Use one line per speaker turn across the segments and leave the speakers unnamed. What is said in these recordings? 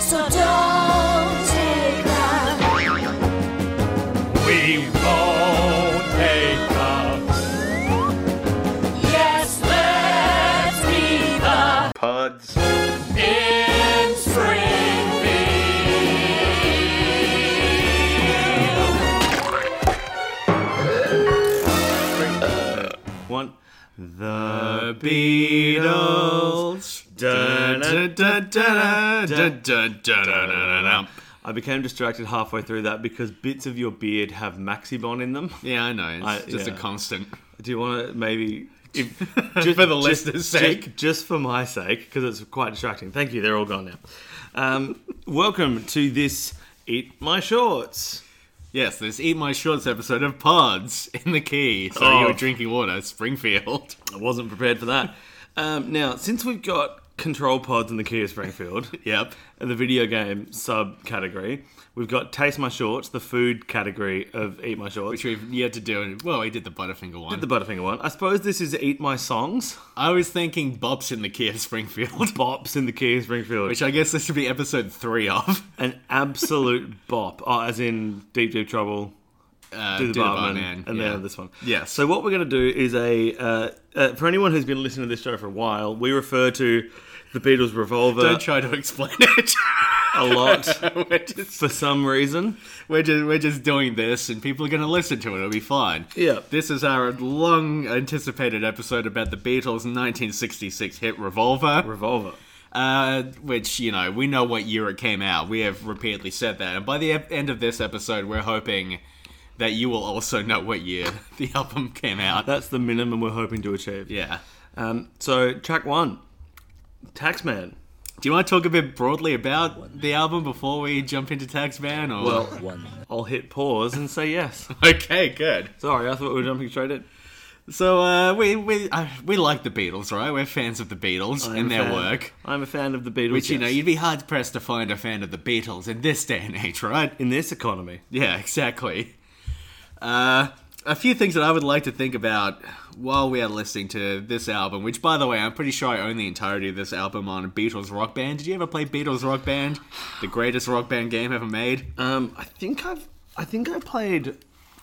So don't take that.
We won't take the
Yes, let's be the
Pods.
in
One. The Beatles. Dun, dun, dun, dun, dun, dun, dun. I became distracted halfway through that because bits of your beard have Maxibon in them.
Yeah, I know. It's
I-
just
yeah.
a constant.
Do you want to maybe. If,
For the listener's sake.
Just, just for my sake, because it's quite distracting. Thank you, they're all gone now. Um, welcome to this Eat My Shorts.
Yes, this Eat My Shorts episode of Pods in the Key. So
Oh.
you were drinking water, Springfield.
I wasn't prepared for that. Um, now, since we've got control pods in the Kia Springfield,
Yep.
the video game subcategory, we've got Taste My Shorts, the food category of Eat My Shorts.
Which we've yet to do. Well, we did the Butterfinger one.
the Butterfinger one. I suppose this is Eat My Songs.
I was thinking Bops in the Key of Springfield,
Bops in the Kia Springfield.
which I guess this would be episode three of.
An absolute bop. Oh, as in Deep, Deep Trouble.
Uh,
do the barman, and
yeah.
then this one.
Yes.
So what we're going to do is a uh, uh, for anyone who's been listening to this show for a while, we refer to the Beatles Revolver
Don't try to explain it.
a lot
we're, just,
for some reason.
we're, just, we're just doing this, and people are going to listen to it. It'll be fine.
Yeah.
This is our long anticipated episode about the Beatles' 1966 hit Revolver.
Revolver.
Uh, which, you know, we know what year it came out. We have repeatedly said that. And by the ep- end of this episode, we're hoping that you will also know what year the album came out.
That's the minimum we're hoping to achieve.
yeah.
Um, so track one, Taxman.
Do you want to talk a bit broadly about the album before we jump into Taxman? Or...
Well, I'll hit pause and say yes.
okay, good.
Sorry, I thought we were jumping straight in.
So uh, we we uh, we like the Beatles, right? We're fans of the Beatles
I'm
and
a
their
fan-
work.
I'm a fan of the Beatles.
Which you know,
yes.
you'd be hard pressed to find a fan of the Beatles in this day and age, right?
in this economy.
Yeah, exactly. Uh, a few things that I would like to think about while we are listening to this album, which, by the way, I'm pretty sure I own the entirety of this album on Beatles Rock Band. Did you ever play Beatles Rock Band? The greatest rock band game ever made?
Um, I think I've I think I played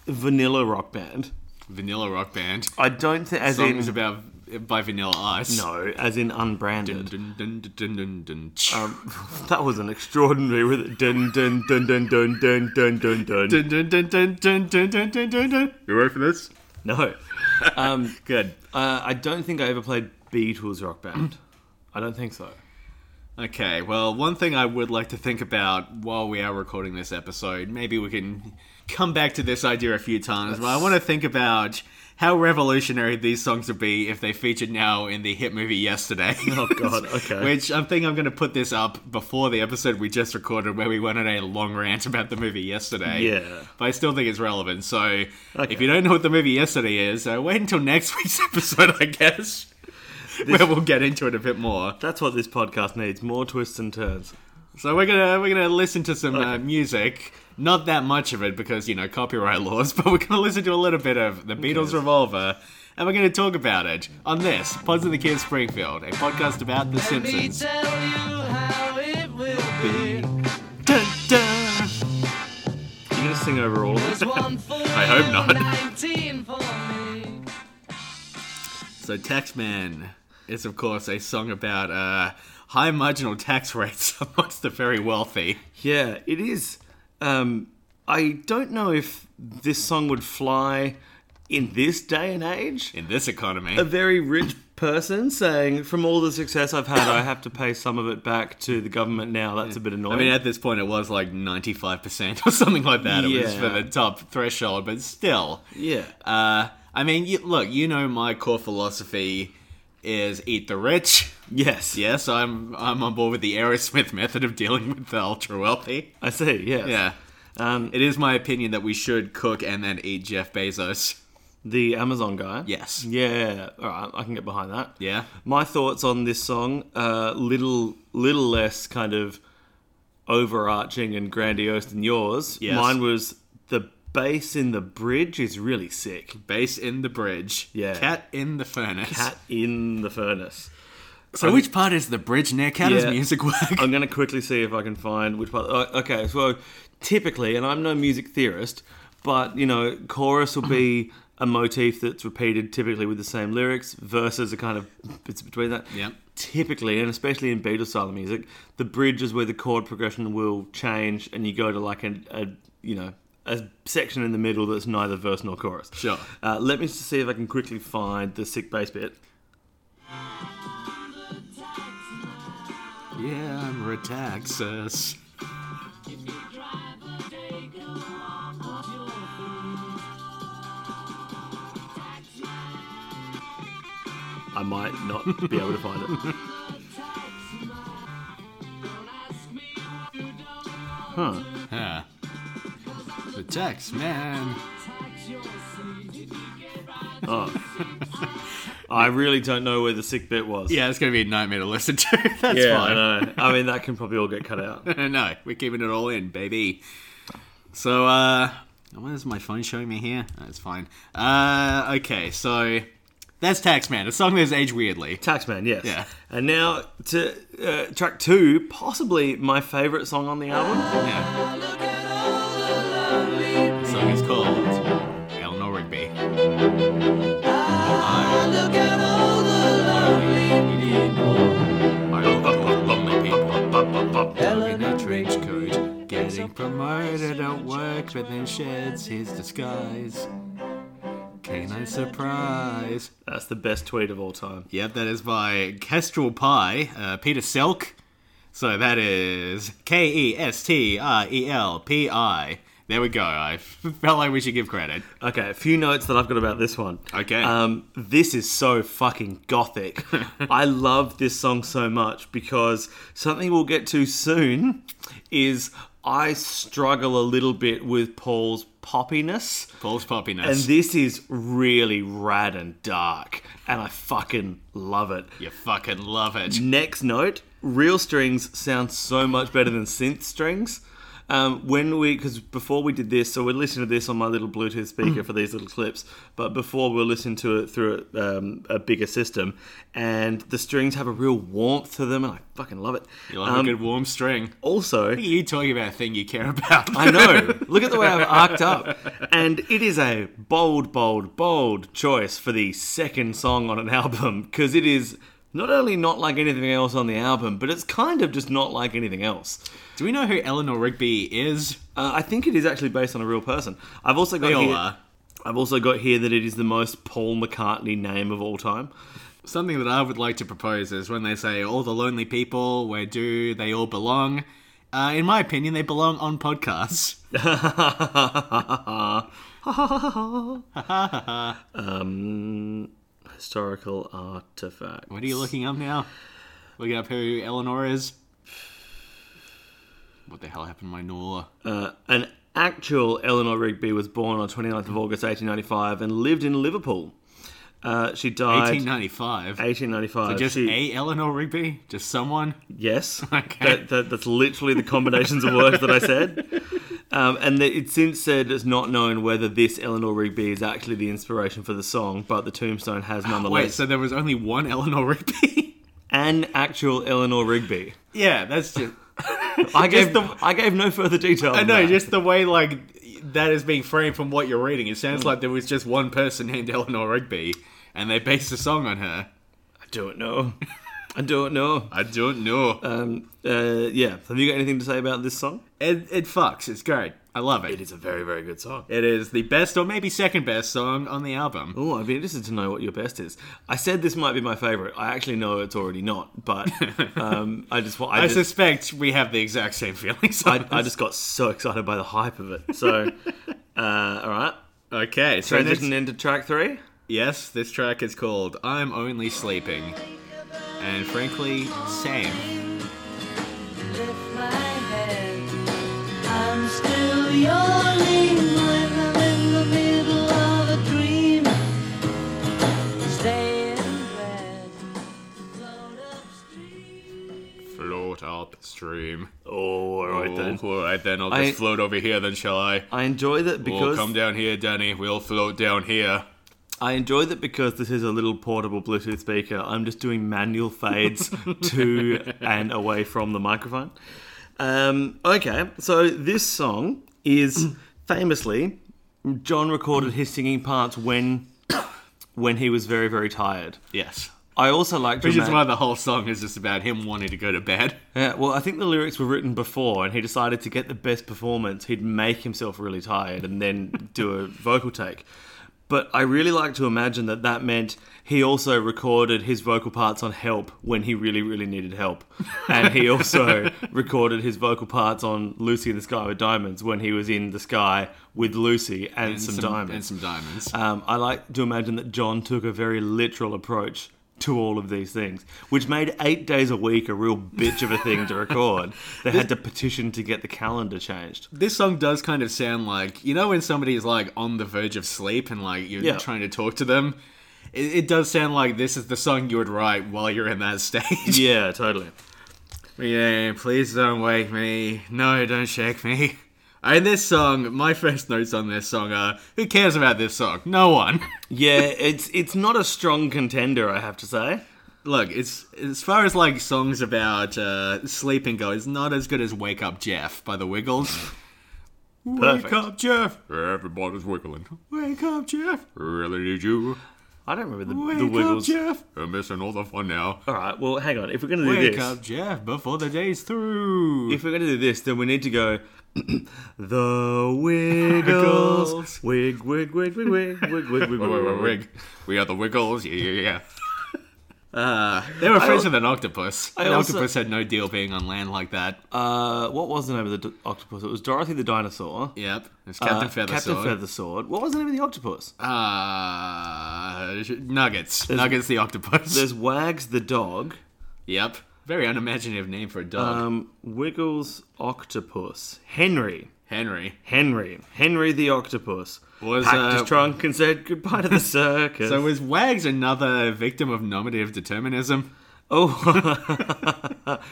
Vanilla Rock Band.
Vanilla Rock Band.
I don't think as
Songs
in
about by Vanilla Ice.
no, as in unbranded.
Dun, dun, dun, dun, dun, dun.
Um, that was an extraordinary with it. Dun dun dun dun dun dun dun dun dun.
Dun, dun, dun, dun, dun, dun, dun, dun, dun, dun. You ready for this?
No, um,
Good.
uh, I don't think I ever played Beatles Rock Band. I don't think so.
Okay, well, one thing I would like to think about while we are recording this episode, maybe we can come back to this idea a few times, but I want to think about how revolutionary these songs would be if they featured now in the hit movie Yesterday.
Oh, God, okay.
Which I think I'm going to put this up before the episode we just recorded where we went on a long rant about the movie Yesterday.
Yeah.
But I still think it's relevant, so
Okay.
if you don't know what the movie Yesterday is, uh, wait until next week's episode, I guess. Where we'll get into it a bit more.
That's what this podcast needs: more twists and turns.
So we're gonna we're gonna listen to some uh, music. Not that much of it because you know copyright laws, but we're gonna listen to a little bit of the Beatles Revolver, and we're gonna talk about it on this Pods of the Kids Springfield, a podcast about The Simpsons.
tell you how it will be.
Dun, dun.
You gonna sing over all of this?
It's one for
I hope
you,
not.
19 for me.
So Taxman is of course a song about uh, high marginal tax rates amongst the very wealthy.
Yeah, it is. Um, I don't know if this song would fly in this day and age.
In this economy,
A very rich person saying, "From all the success I've had, I have to pay some of it back to the government now." That's a bit annoying.
I mean, at this point, it was like ninety-five percent or something like that. It was
Yeah.
for the top threshold, but still,
yeah,
Uh, I mean, you, look, you know my core philosophy is eat the rich.
yes,
Yes, I'm I'm on board with the Aerosmith method of dealing with the ultra wealthy.
I see. Yes.
Yeah,
Um,
it is my opinion that we should cook and then eat Jeff Bezos.
the Amazon guy.
Yes.
Yeah. All right, I can get behind that.
Yeah.
My thoughts on this song, uh, little little less kind of overarching and grandiose than yours.
Yes.
Mine was the bass in the bridge is really sick.
Base in the bridge.
Yeah.
Cat in the furnace.
Cat in the furnace.
So which part is the bridge, Nick? How does
Yeah.
music work?
I'm going to quickly see if I can find which part. oh, Okay, so typically, and I'm no music theorist, but you know, chorus will be a motif that's repeated typically with the same lyrics. Verses are kind of bits between that.
Yeah.
Typically, and especially in Beatles style of music, the bridge is where the chord progression will change, and you go to like a, a you know a section in the middle that's neither verse nor chorus.
Sure.
Uh, let me just see if I can quickly find the sick bass bit.
Yeah, I'm Retaxas.
I might not be able to find it. Huh.
Huh. The tax man.
I really don't know where the sick bit was.
Yeah, it's gonna be a nightmare to listen to. That's
yeah,
fine.
I know. I mean, that can probably all get cut out.
no, we're keeping it all in, baby. So, uh, what is my phone showing me here? That's fine. Uh, okay, so that's Taxman, a song that's aged weirdly.
Taxman, yes.
Yeah.
And now to uh, track two, possibly my favourite song on the album.
Yeah. The song is called El Norigby. Trench coat, getting promoted at work, but then sheds his disguise. Canine surprise.
That's the best tweet of all time.
Yep, that is by Kestrel Pie, uh, Peter Selk. So that is K E S T R E L P I. There we go. I felt like we should give credit.
Okay, a few notes that I've got about this one.
Okay.
Um, this is so fucking gothic. I love this song so much because something we'll get to soon is I struggle a little bit with Paul's poppiness.
Paul's poppiness.
And this is really rad and dark. And I fucking love it.
you fucking love it.
Next note: real strings sound so much better than synth strings. Um, when we, because before we did this, so we're listening to this on my little Bluetooth speaker for these little clips. But before we were listening to it through um, a bigger system, and the strings have a real warmth to them, and I fucking love it.
You love
Um,
a good warm string.
also,
What are you talking about a thing you care about?
I know. Look at the way I've arced up. And it is a bold, bold, bold choice for the second song on an album because it is not only not like anything else on the album, but it's kind of just not like anything else.
Do we know who Eleanor Rigby is?
Uh, I think it is actually based on a real person. I've also got
They all
here,
are.
I've also got here that it is the most Paul McCartney name of all time.
Something that I would like to propose is when they say all the lonely people, where do they all belong? Uh, in my opinion, they belong on podcasts.
um, historical artifact.
What are you looking up now? Looking up who Eleanor is? What the hell happened to my Nora?
Uh, an actual Eleanor Rigby was born on 29th of August 1895 and lived in Liverpool. Uh, she died
1895.
1895.
Just
She-
a Eleanor Rigby? Just someone?
yes.
Okay.
That, that, that's literally the combinations of words that I said. Um, and the, it's since said it's not known whether this Eleanor Rigby is actually the inspiration for the song, but the tombstone has nonetheless
Ah, Wait, so there was only one Eleanor Rigby?
an actual Eleanor Rigby.
yeah, that's just.
I
Just
gave
the-
I gave no further detail.
I
than
know,
that.
just the way like that is being framed from what you're reading, it
Hmm.
sounds like there was just one person named Eleanor Rigby, and they based the song on her.
I don't know. I don't know.
I don't know.
Um, uh, yeah. Have you got anything to say about this song?
it, it fucks. It's great. I love it.
It is a very, very good song.
It is the best or maybe second best song on the album.
Oh, I'd be interested to know what your best is. I said this might be my favorite. I actually know it's already not, but um, I just wa- I,
I
just,
suspect we have the exact same feelings. on
I, I
this.
just got so excited by the hype of it. So, uh, all right,
okay. So next-
transition into track three.
yes, this track is called "I'm Only Sleeping," and frankly, same.
I'm still yawning when I'm in the middle of a dream. Stay in bed, float upstream.
Float upstream.
Oh, all right then.
Oh, all right then. I'll just
I-
float over here then, shall I?
I enjoy that
We'll
because
come down here, Danny. We'll float down here.
I enjoy that because this is a little portable Bluetooth speaker. I'm just doing manual fades to and away from the microphone. Um, okay, so this song is famously John recorded his singing parts when when he was very very tired.
Yes.
I also like to
Which is
ima-
why the whole song is just about him wanting to go to bed.
yeah, well, I think the lyrics were written before, and he decided to get the best performance. He'd make himself really tired and then do a vocal take. But I really like to imagine that that meant he also recorded his vocal parts on help when he really, really needed help. And he also recorded his vocal parts on Lucy in the Sky with Diamonds when he was in the sky with Lucy and, some, diamonds.
And some diamonds.
Um, I like to imagine that John took a very literal approach to all of these things, which made eight days a week a real bitch of a thing to record. They had to petition to get the calendar changed.
this song does kind of sound like you know when somebody is like on the verge of sleep and like you're
Yeah.
trying to talk to them. It, it does sound like this is the song you would write while you're in that stage.
Yeah, totally.
Yeah, please don't wake me. No, don't shake me. And this song, my first notes on this song are: Who cares about this song? No one.
Yeah, it's it's not a strong contender, I have to say.
Look, it's as far as like songs about uh, sleeping go, it's not as good as "Wake Up Jeff" by the Wiggles.
Perfect.
Wake up, Jeff. Mm. Everybody's wiggling. Wake up, Jeff. Really need you.
I don't remember the,
Wake
the Wiggles.
up, Jeff. I'm missing all the fun now.
All right, well, hang on. If we're gonna do
Wake
this,
up, Jeff, before the day's through.
if we're gonna do this, then we need to go. the Wiggles,
Wiggles.
wig, wig, wig, wig, wig, wig, wig, wig,
Wig,
wig, wig, wig.
We are the Wiggles. Yeah, yeah, yeah. Uh, they were
al-
friends with an octopus.
I
an
also-
octopus had no deal being on land like that.
Uh, what was the name of the d- octopus? It was Dorothy the dinosaur.
yep. It's Captain
Uh,
Feathersword.
Captain Feathersword. What was the name of the octopus?
Uh, sh- Nuggets. Nuggets the octopus.
There's Wags the dog.
Yep. Very unimaginative name for a dog.
Um, Wiggles octopus. Henry.
Henry.
Henry. Henry the octopus.
Was,
Packed
uh,
his trunk and said goodbye to the circus.
So was Wags another victim of nominative determinism?
oh,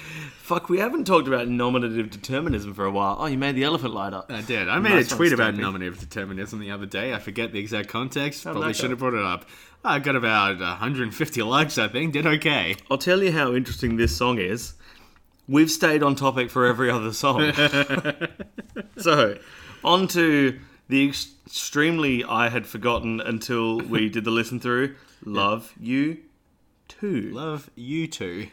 fuck! We haven't talked about nominative determinism for a while. Oh, you made the elephant light up.
I did. I made
Nice
a
one,
tweet about
Stumpy.
nominative determinism the other day. I forget the exact context.
How'd
Probably
that go?
should have brought it up. I got about 150 likes, I think. Did okay.
I'll tell you how interesting this song is. We've stayed on topic for every other song. so, on to the ex- extremely I had forgotten until we did the listen through Love You Too.
Love you two.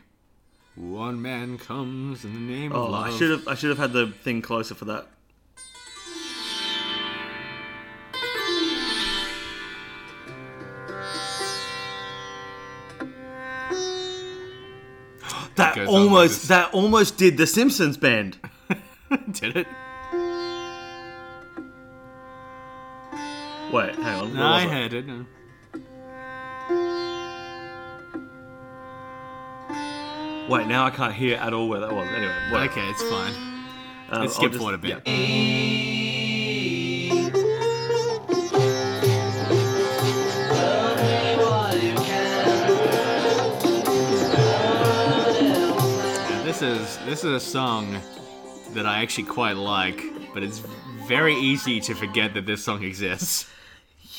One man comes in the name
oh,
of love.
I should have I should have had the thing closer for that. That
goes on like
almost
this.
that almost did the Simpsons band.
Did it?
Wait, hang on. where
I
was I?
had it.
Wait, now I can't hear at all where that was. Anyway, wait.
Okay, it's fine.
Um,
Let's
I'll
skip
just-
forward a bit.
yeah.
This is this is a song that I actually quite like, but it's very easy to forget that this song exists.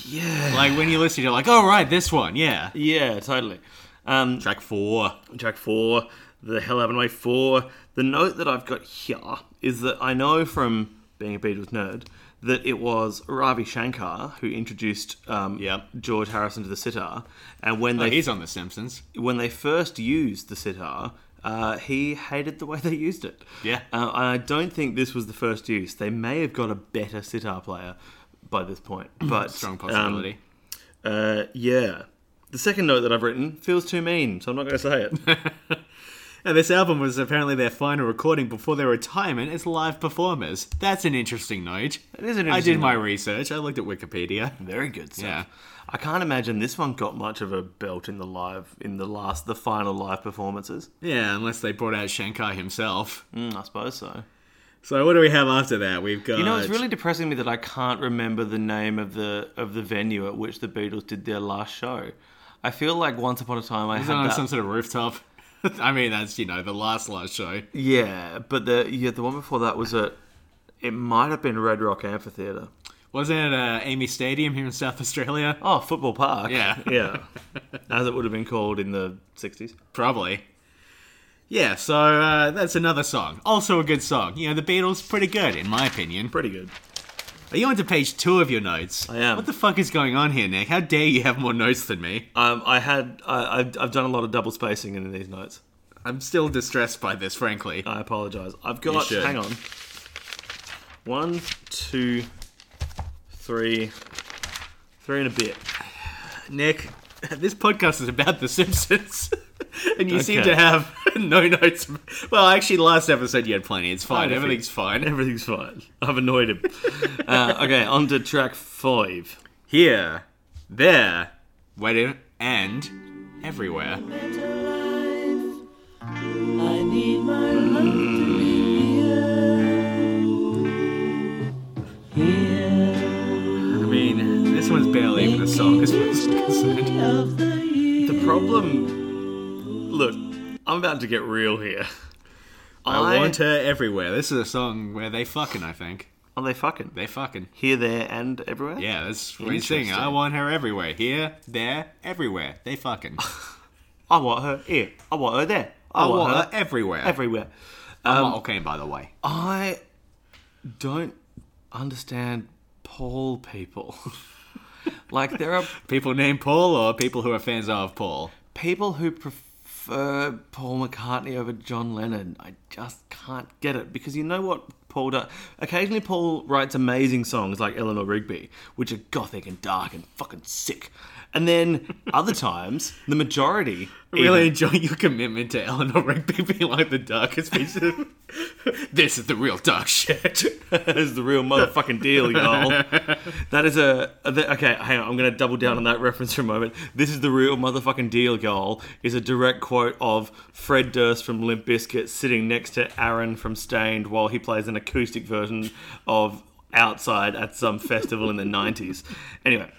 Yeah.
Like when you listen, you're like, "Oh right, this one, yeah."
Yeah, totally. Um,
Track four.
track four, the Hell Haven't I four. The note that I've got here is that I know from being a Beatles nerd that it was Ravi Shankar who introduced um,
Yep.
George Harrison to the sitar, and when
Oh,
they
he's on The Simpsons.
when they first used the sitar, uh, he hated the way they used it.
Yeah.
Uh, and I don't think this was the first use. They may have got a better sitar player by this point, but
Strong
um,
possibility.
uh, yeah. The second note that I've written feels too mean, so I'm not going to say it.
And this album was apparently their final recording before their retirement as live performers. That's an interesting note.
It is an
I did
interesting
my research. I looked at Wikipedia.
Very good. Stuff.
Yeah.
I can't imagine this one got much of a belt in the live in the last the final live performances.
Yeah, unless they brought out Shankar himself.
Mm, I suppose so.
So what do we have after that? We've got
You know, it's really depressing me that I can't remember the name of the of the venue at which the Beatles did their last show. I feel like once upon a time I
Is it
had
on
that.
some sort of rooftop. I mean, that's you know the last last show.
Yeah, but the yeah the one before that was at it might have been Red Rock Amphitheater.
Was it at uh, Amy Stadium here in South Australia?
Oh, Football Park.
Yeah.
Yeah. As it would have been called in the 60s.
Probably. Yeah, so uh, that's another song. Also a good song. You know, the Beatles, pretty good, in my opinion.
Pretty good.
Are you onto page two of your notes?
I am.
What the fuck is going on here, Nick? How dare you have more notes than me?
Um, I had I, I've, I've done a lot of double spacing in these notes.
I'm still distressed by this, frankly.
I apologise. I've got
should.
hang on. One, two, three, three and a bit.
Nick, this podcast is about The Simpsons. and you seem
Okay.
to have no notes. Well, actually, last episode you had plenty. It's fine.
Kind of
Everything's
thing.
fine.
Everything's fine. I've annoyed him. uh, okay, on to track five.
Here, there, wait a and everywhere.
better life. I need my love to be here.
I mean, this one's barely even a song as far as I'm concerned.
Here of the year.
The problem. Look, I'm about to get real here.
I want her everywhere. This is a song where they fucking, I think.
Are they fucking?
They fucking.
Here, there, and everywhere.
Yeah, that's what he's saying. I
Interesting.
want her everywhere. Here, there, everywhere. They fucking.
I want her here. I want her there. I,
I
want,
want her e-
her
everywhere. Um,
everywhere.
I'm not okay, by the way.
I don't understand Paul people. like there are
People named Paul or people who are fans of Paul?
people who prefer Paul McCartney over John Lennon. I just can't get it because you know what Paul does. Occasionally, Paul writes amazing songs like Eleanor Rigby, which are gothic and dark and fucking sick. And then other times, the majority
Really
even-
enjoy your commitment to Eleanor Rigby being like the darkest piece of. this is the real dark shit.
that is the real motherfucking deal, y'all. That is a, a th- okay. Hang on, I'm gonna double down on that reference for a moment. This is the real motherfucking deal, y'all. Is a direct quote of Fred Durst from Limp Bizkit sitting next to Aaron from Stained while he plays an acoustic version of Outside at some festival in the '90s. Anyway,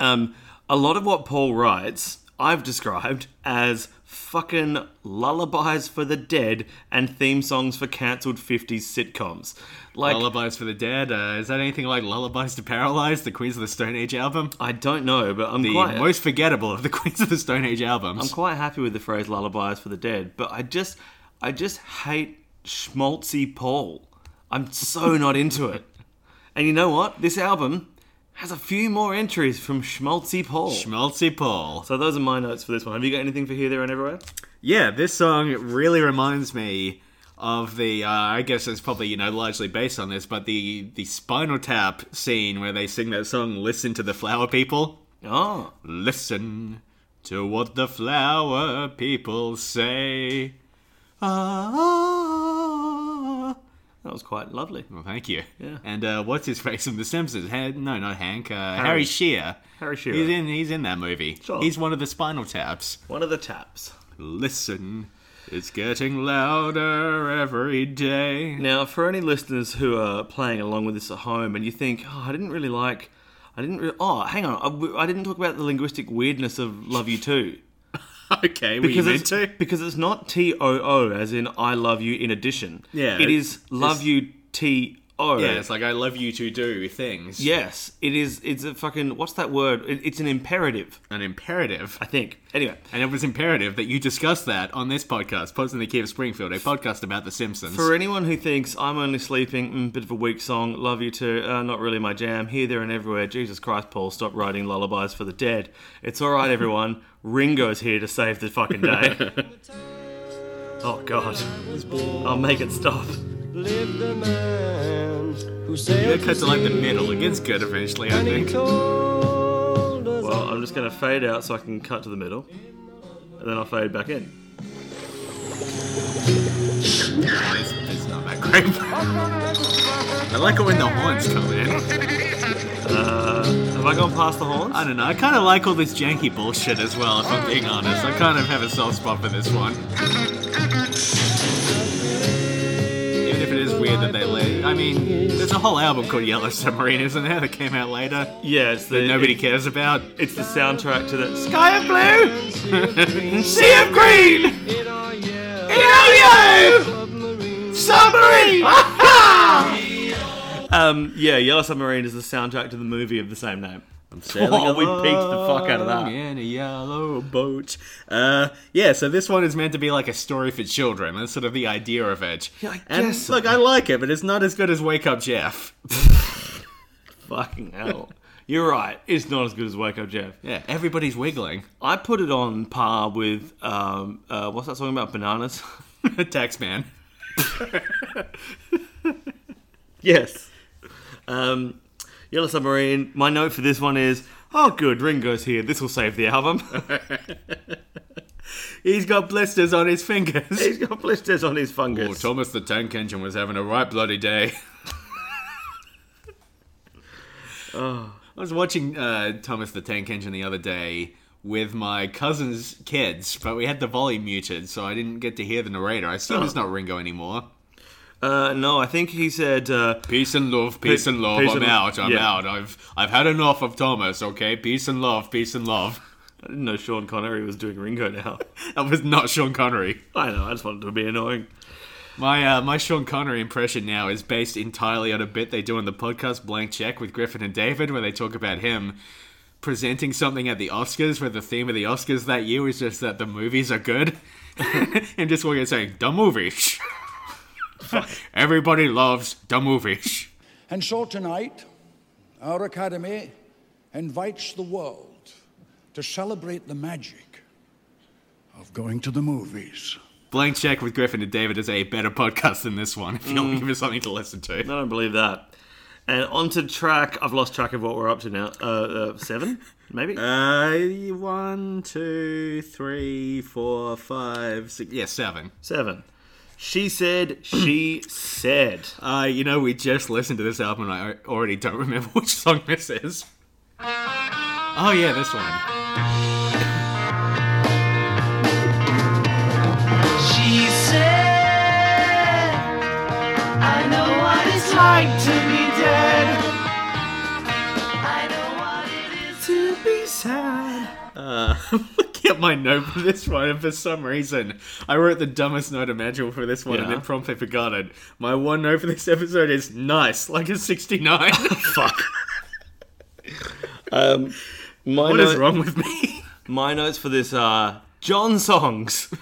um, a lot of what Paul writes, I've described as fucking lullabies for the dead and theme songs for cancelled 50s sitcoms. Like,
lullabies for the Dead. Uh, is that anything like Lullabies to Paralyze, the Queens of the Stone Age album?
I don't know, but I'm
The
quite.
most forgettable of the Queens of the Stone Age albums.
I'm quite happy with the phrase lullabies for the dead, but I just I just hate schmaltzy Paul. I'm so not into it. And you know what? This album has a few more entries from schmaltzy Paul.
Schmaltzy Paul.
so those are my notes for this one. Have you got anything for here, there, and everywhere?
Yeah, this song really reminds me of the. Uh, I guess it's probably you know largely based on this, but the the Spinal Tap scene where they sing that song "Listen to the Flower People."
Oh,
Listen to what the flower people say. Ah.
that was quite lovely.
Well, thank you.
Yeah.
And uh, what's his face from The Simpsons? Han- no, not Hank. Uh, Harry.
Harry
Shearer.
Harry Shearer.
He's in. He's in that movie.
Sure.
He's one of the Spinal Taps.
One of the taps.
Listen, it's getting louder every day.
Now, for any listeners who are playing along with this at home and you think, oh, I didn't really like, I didn't really, oh, hang on, I w- I, didn't talk about the linguistic weirdness of Love You Too.
Okay, we meant
it's,
to.
because it's not T O O as in I love you in addition.
Yeah,
It is love
it's-
you T O.
Yeah, it's like I love you to do things.
yes, it is. It's a fucking, what's that word? It, it's an imperative,
An imperative.
I think. Anyway,
And it was imperative that you discuss that on this podcast, Pods in the Key of Springfield, a podcast about The Simpsons.
For anyone who thinks I'm only sleeping, mm, bit of a weak song, love you too, uh, not really my jam, here, there, and everywhere. Jesus Christ, Paul, stop writing lullabies for the dead. It's all right, everyone. Ringo's here to save the fucking day. oh God, I'll make it stop.
lived a man who
it
sailed
cuts to like the middle. It gets good eventually, I
he
think.
told us
Well, I'm just gonna fade out so I can cut to the middle, and then I'll fade back in.
It's, it's not that great. I like it when the horns come in.
Have I gone past the horns?
I don't know. I kind of like all this janky bullshit as well, if I'm being honest. I kind of have a soft spot for this one. Even if it is weird that they lay. I mean, there's a whole album called Yellow Submarine, isn't there, that came out later?
yeah, it's the
That nobody
it-
cares about.
It's the soundtrack to that.
Sky of blue! sea of green! In our yellow! Submarine! Ha ha!
Um, yeah, Yellow Submarine is the soundtrack to the movie of the same name.
I'm sailing
Oh, we peaked the fuck out of
along
that.
In a yellow boat. Uh, Ah. yeah, so this one is meant to be like a story for children. That's sort of the idea of it.
Yeah, I
and
guess so.
look, I like it, but it's not as good as Wake Up Jeff.
Fucking hell. You're right. It's not as good as Wake Up Jeff.
Yeah, everybody's wiggling.
I put it on par with um, uh, what's that song about bananas?
Tax man.
yes. Um, Yellow Submarine. My note for this one is, oh, good, Ringo's here. This will save the album.
He's got blisters on his fingers.
He's got blisters on his
Oh,
fungus.
Thomas the Tank Engine was having a right bloody day.
Oh.
I was watching uh, Thomas the Tank Engine the other day with my cousin's kids, but we had the volume muted, so I didn't get to hear the narrator. I
Oh.
assume it's not Ringo anymore.
uh, no, I think he said. Uh,
Peace and love, peace and love.
peace
I'm
and-
out. I'm
yeah.
out. I've I've had enough of Thomas. Okay, peace and love, peace and love.
I didn't know Sean Connery was doing Ringo now.
That was not Sean Connery.
I know. I just wanted to be annoying.
My uh, my Sean Connery impression now is based entirely on a bit they do on the podcast Blank Check with Griffin and David, where they talk about him presenting something at the Oscars, where the theme of the Oscars that year was just that the movies are good, and just walking and saying "dumb movies." Everybody loves dumb movies.
And so tonight, our Academy invites the world to celebrate the magic of going to the movies.
Blank Check with Griffin and David is a better podcast than this one. If you want to give us something to listen to.
I don't believe that. And onto track. I've lost track of what we're up to now. Uh, uh, seven, maybe.
Uh, one, two, three, four, five, six. Yeah, seven.
Seven. She said. She said.
Uh, you know, we just listened to this album and I already don't remember which song this is. Oh, yeah, this one.
She said, I know what it's like to be dead. I know what it is to be sad.
Look at Uh, my note for this one, and for some reason, I wrote the dumbest note imaginable for this one and
Yeah.
then promptly forgot it. My one note for this episode is nice, like a 69. Fuck.
Um, My
What is
note-
wrong with me?
My notes for this are John songs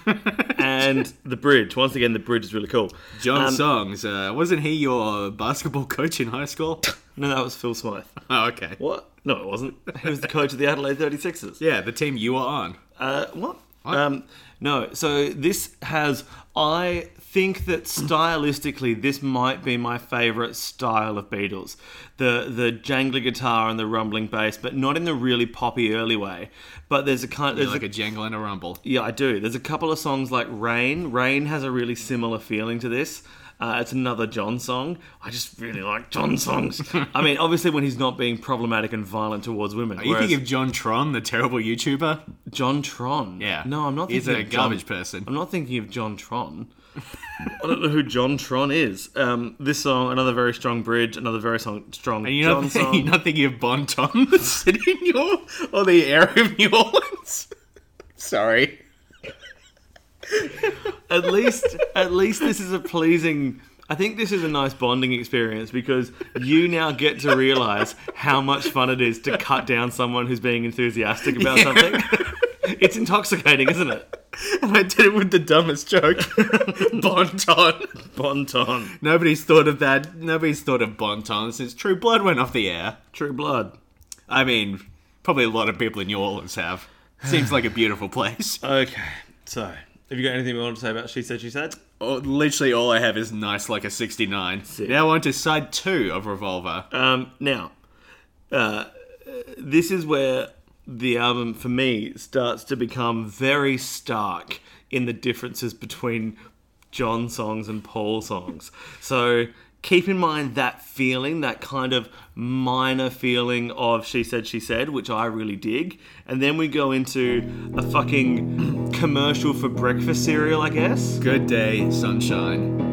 and the bridge. Once again, the bridge is really cool.
John
Um,
Songs. Uh, wasn't he your basketball coach in high school?
No, that was Phil Smythe.
oh, okay.
What? No, it wasn't. He was the coach of the Adelaide 36ers.
Yeah, the team you were on.
Uh, what? Um, no, so this has. I think that stylistically, this might be my favourite style of Beatles. The the jangly guitar and the rumbling bass, but not in the really poppy early way. But there's a kind. There's
Like a
a,
jangle and a rumble.
Yeah, I do. There's a couple of songs like Rain. Rain has a really similar feeling to this. Uh, it's another John song. I just really like John songs. I mean, obviously when he's not being problematic and violent towards women.
Are Oh, you
Whereas
thinking of John Tron, the terrible YouTuber?
John Tron?
Yeah.
No, I'm not.
He's
thinking
a
of
garbage
John-
person.
I'm not thinking of John Tron. I don't know who John Tron is. Um, this song, another very strong bridge, another very song, strong
And you're
John
not,
song.
you're not thinking of Bon Ton, the city in New Orleans, or the air of New Orleans? Sorry.
at least at least this is a pleasing I think this is a nice bonding experience because you now get to realize how much fun it is to cut down someone who's being enthusiastic about something. It's intoxicating, isn't it?
And I did it with the dumbest joke. bon Ton.
Bon ton.
Nobody's thought of that. Nobody's thought of Bon Ton since True Blood went off the air.
True blood.
I mean, probably a lot of people in New Orleans have. Seems like a beautiful place.
Okay. So, have you got anything we want to say about She Said, She Said?
Oh, literally, all I have is nice like a 69. Now on to side two of Revolver.
Um, now, uh, this is where the album for me starts to become very stark in the differences between John songs and Paul songs. So keep in mind that feeling, that kind of minor feeling of She Said, She Said, which I really dig. And then we go into a fucking commercial for breakfast cereal, I guess.
Good day, sunshine.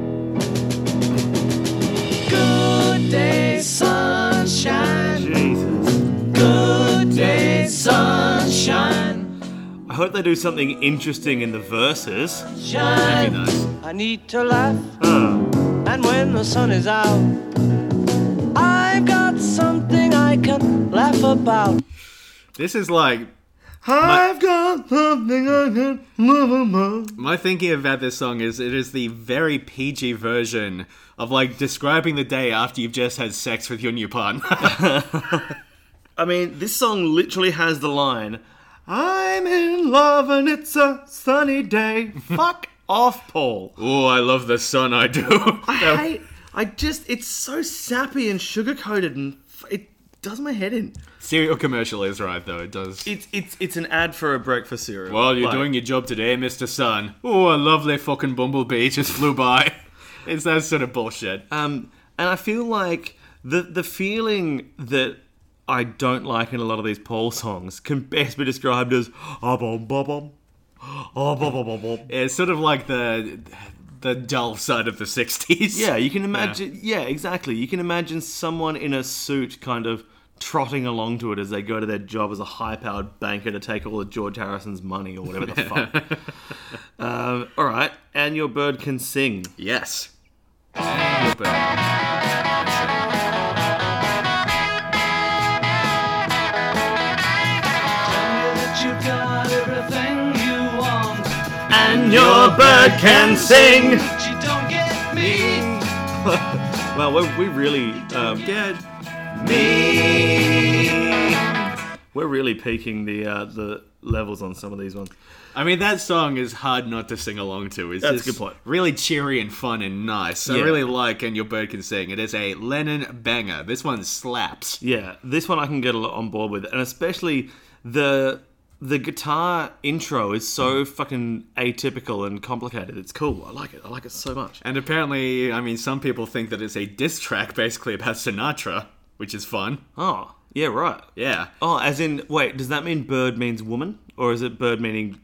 Good day, sunshine.
Jesus.
Good day, sunshine.
I hope they do something interesting in the verses.
Be
Shine.
nice.
I need to laugh. And when the sun is out, I I've got something I can laugh about.
This is like
I've got something I can move among.
my thinking about this song is it is the very PG version of like describing the day after you've just had sex with your new partner.
I mean, this song literally has the line, "I'm in love and it's a sunny day." Fuck off, Paul.
oh, I love the sun I do.
I hate. I just. It's so sappy and sugar coated, and f- it does my head in.
Serial commercial is right though. It does.
It's it's it's an ad for a breakfast cereal.
Well, you're
Like,
doing your job today, Mr. Sun. Oh, a lovely fucking bumblebee just flew by. It's that sort of bullshit.
Um, and I feel like the the feeling that I don't like in a lot of these Paul songs can best be described as ah bom bom bom, ah bom bom bom bom.
It's sort of like the the dull side of the '60s.
Yeah, you can imagine. Yeah. exactly. You can imagine someone in a suit kind of trotting along to it as they go to their job as a high-powered banker to take all of George Harrison's money or whatever the fuck. um, all right, and your bird can sing.
Yes.
that you've got everything you want,
And your bird can sing.
but you don't get me.
Well, we're, we really um,
Good.
We're really peaking the uh, the levels on some of these ones.
I mean, that song is hard not to sing along to. It's
That's a
just
good point.
Really cheery and fun and nice. I
Yeah.
really like And Your Bird Can Sing. It is a Lennon banger. This one slaps.
Yeah, this one I can get a lot on board with, and especially the the guitar intro is so fucking atypical and complicated. It's cool. I like it. I like it so much.
And apparently, I mean, some people think that it's a diss track basically about Sinatra, which is fun.
Oh, yeah, right.
Yeah.
Oh, as in, wait, does that mean bird means woman, or is it bird meaning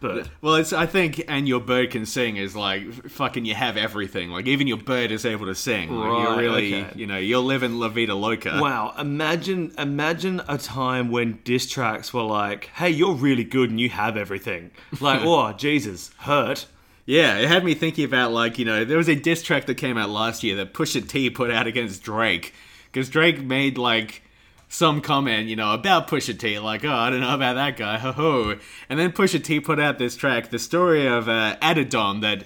bird?
Well, it's I think and your bird can sing is like f- fucking you have everything. Like even your bird is able to sing. Like, you're
Right,
really,
okay.
you know, you're living La Vida Loca.
Wow, imagine imagine a time when diss tracks were like, "Hey, you're really good and you have everything." Like, oh, Jesus, hurt.
Yeah, it had me thinking about like you know there was a diss track that came out last year that Pusha T put out against Drake because Drake made like some comment you know about Pusha T like oh I don't know about that guy ho ho and then Pusha T put out this track the story of uh, Adidon that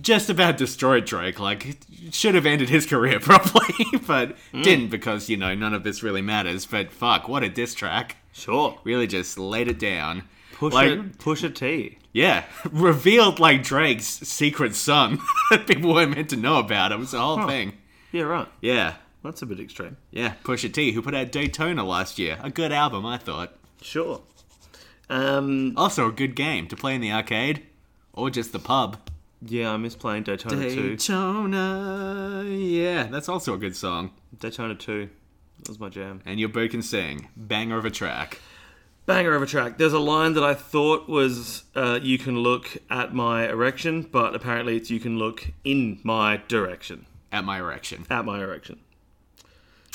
just about destroyed Drake like should have ended his career probably but
Mm.
didn't because you know none of this really matters but fuck what a diss track
Sure.
really just laid it down
Push
Like-
it. Push a T.
yeah, revealed like Drake's secret son that people weren't meant to know about. It was the whole thing.
Yeah, right.
Yeah,
That's a bit extreme.
yeah. Pusha T, who put out Daytona last year, a good album, I thought.
Sure. Um,
Also a good game to play in the arcade or just the pub.
yeah, I miss playing Daytona 2.
Daytona, yeah, that's also a good song.
Daytona 2. That was my jam.
And your bow can sing, banger of a track.
Banger of a track. There's a line that I thought was uh, "You can look at my erection," but apparently it's "You can look in my direction."
At my erection.
At my erection.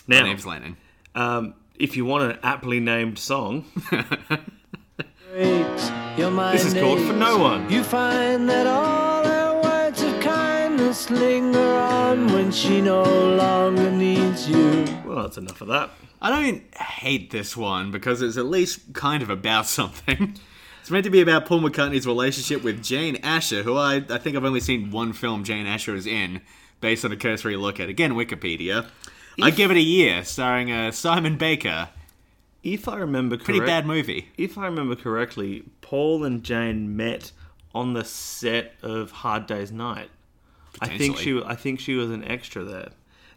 My
Now,
name's Lennon.
um, if you want an aptly named song,
Breaks, You're my
this is called "For
neighbor.
No One."
You find that all her words of kindness linger on when she no longer needs you.
Well, that's enough of that.
I don't hate this one because it's at least kind of about something. It's meant to be about Paul McCartney's relationship with Jane Asher, who I, I think I've only seen one film Jane Asher is in, based on a cursory look at, again, Wikipedia. I give it a year, starring uh, Simon Baker.
If I remember
Pretty
correctly,
bad movie.
if I remember correctly, Paul and Jane met on the set of Hard Day's Night. I think she.
Potentially.
I think she was an extra there.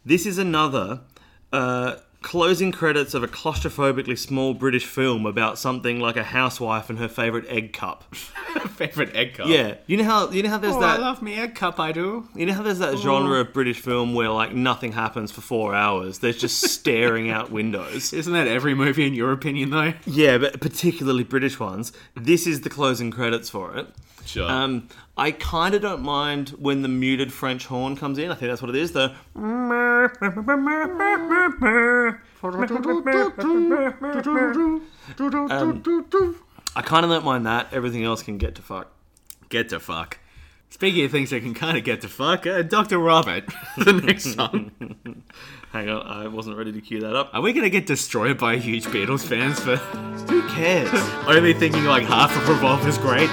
This is another uh, closing credits of a claustrophobically small British film about something like a housewife and her favorite egg cup.
Favorite egg cup.
Yeah, you know how you know how there's
Oh, I
that
love me egg cup, I do.
you know how there's that genre of British film where like nothing happens for four hours. There's just staring out windows.
Isn't that every movie in your opinion, though?
Yeah, but particularly British ones. This is the closing credits for it.
Sure.
Um, I kind of don't mind when the muted French horn comes in. I think that's what it is. The Um, I kind of don't mind that. Everything else can get to fuck.
Get to fuck. Speaking of things that can kind of get to fuck, uh, Dr. Robert, the next song.
Hang on, I wasn't ready to cue that up.
Are we going to get destroyed by huge Beatles fans for
Who cares?
only thinking like half of Revolver's great?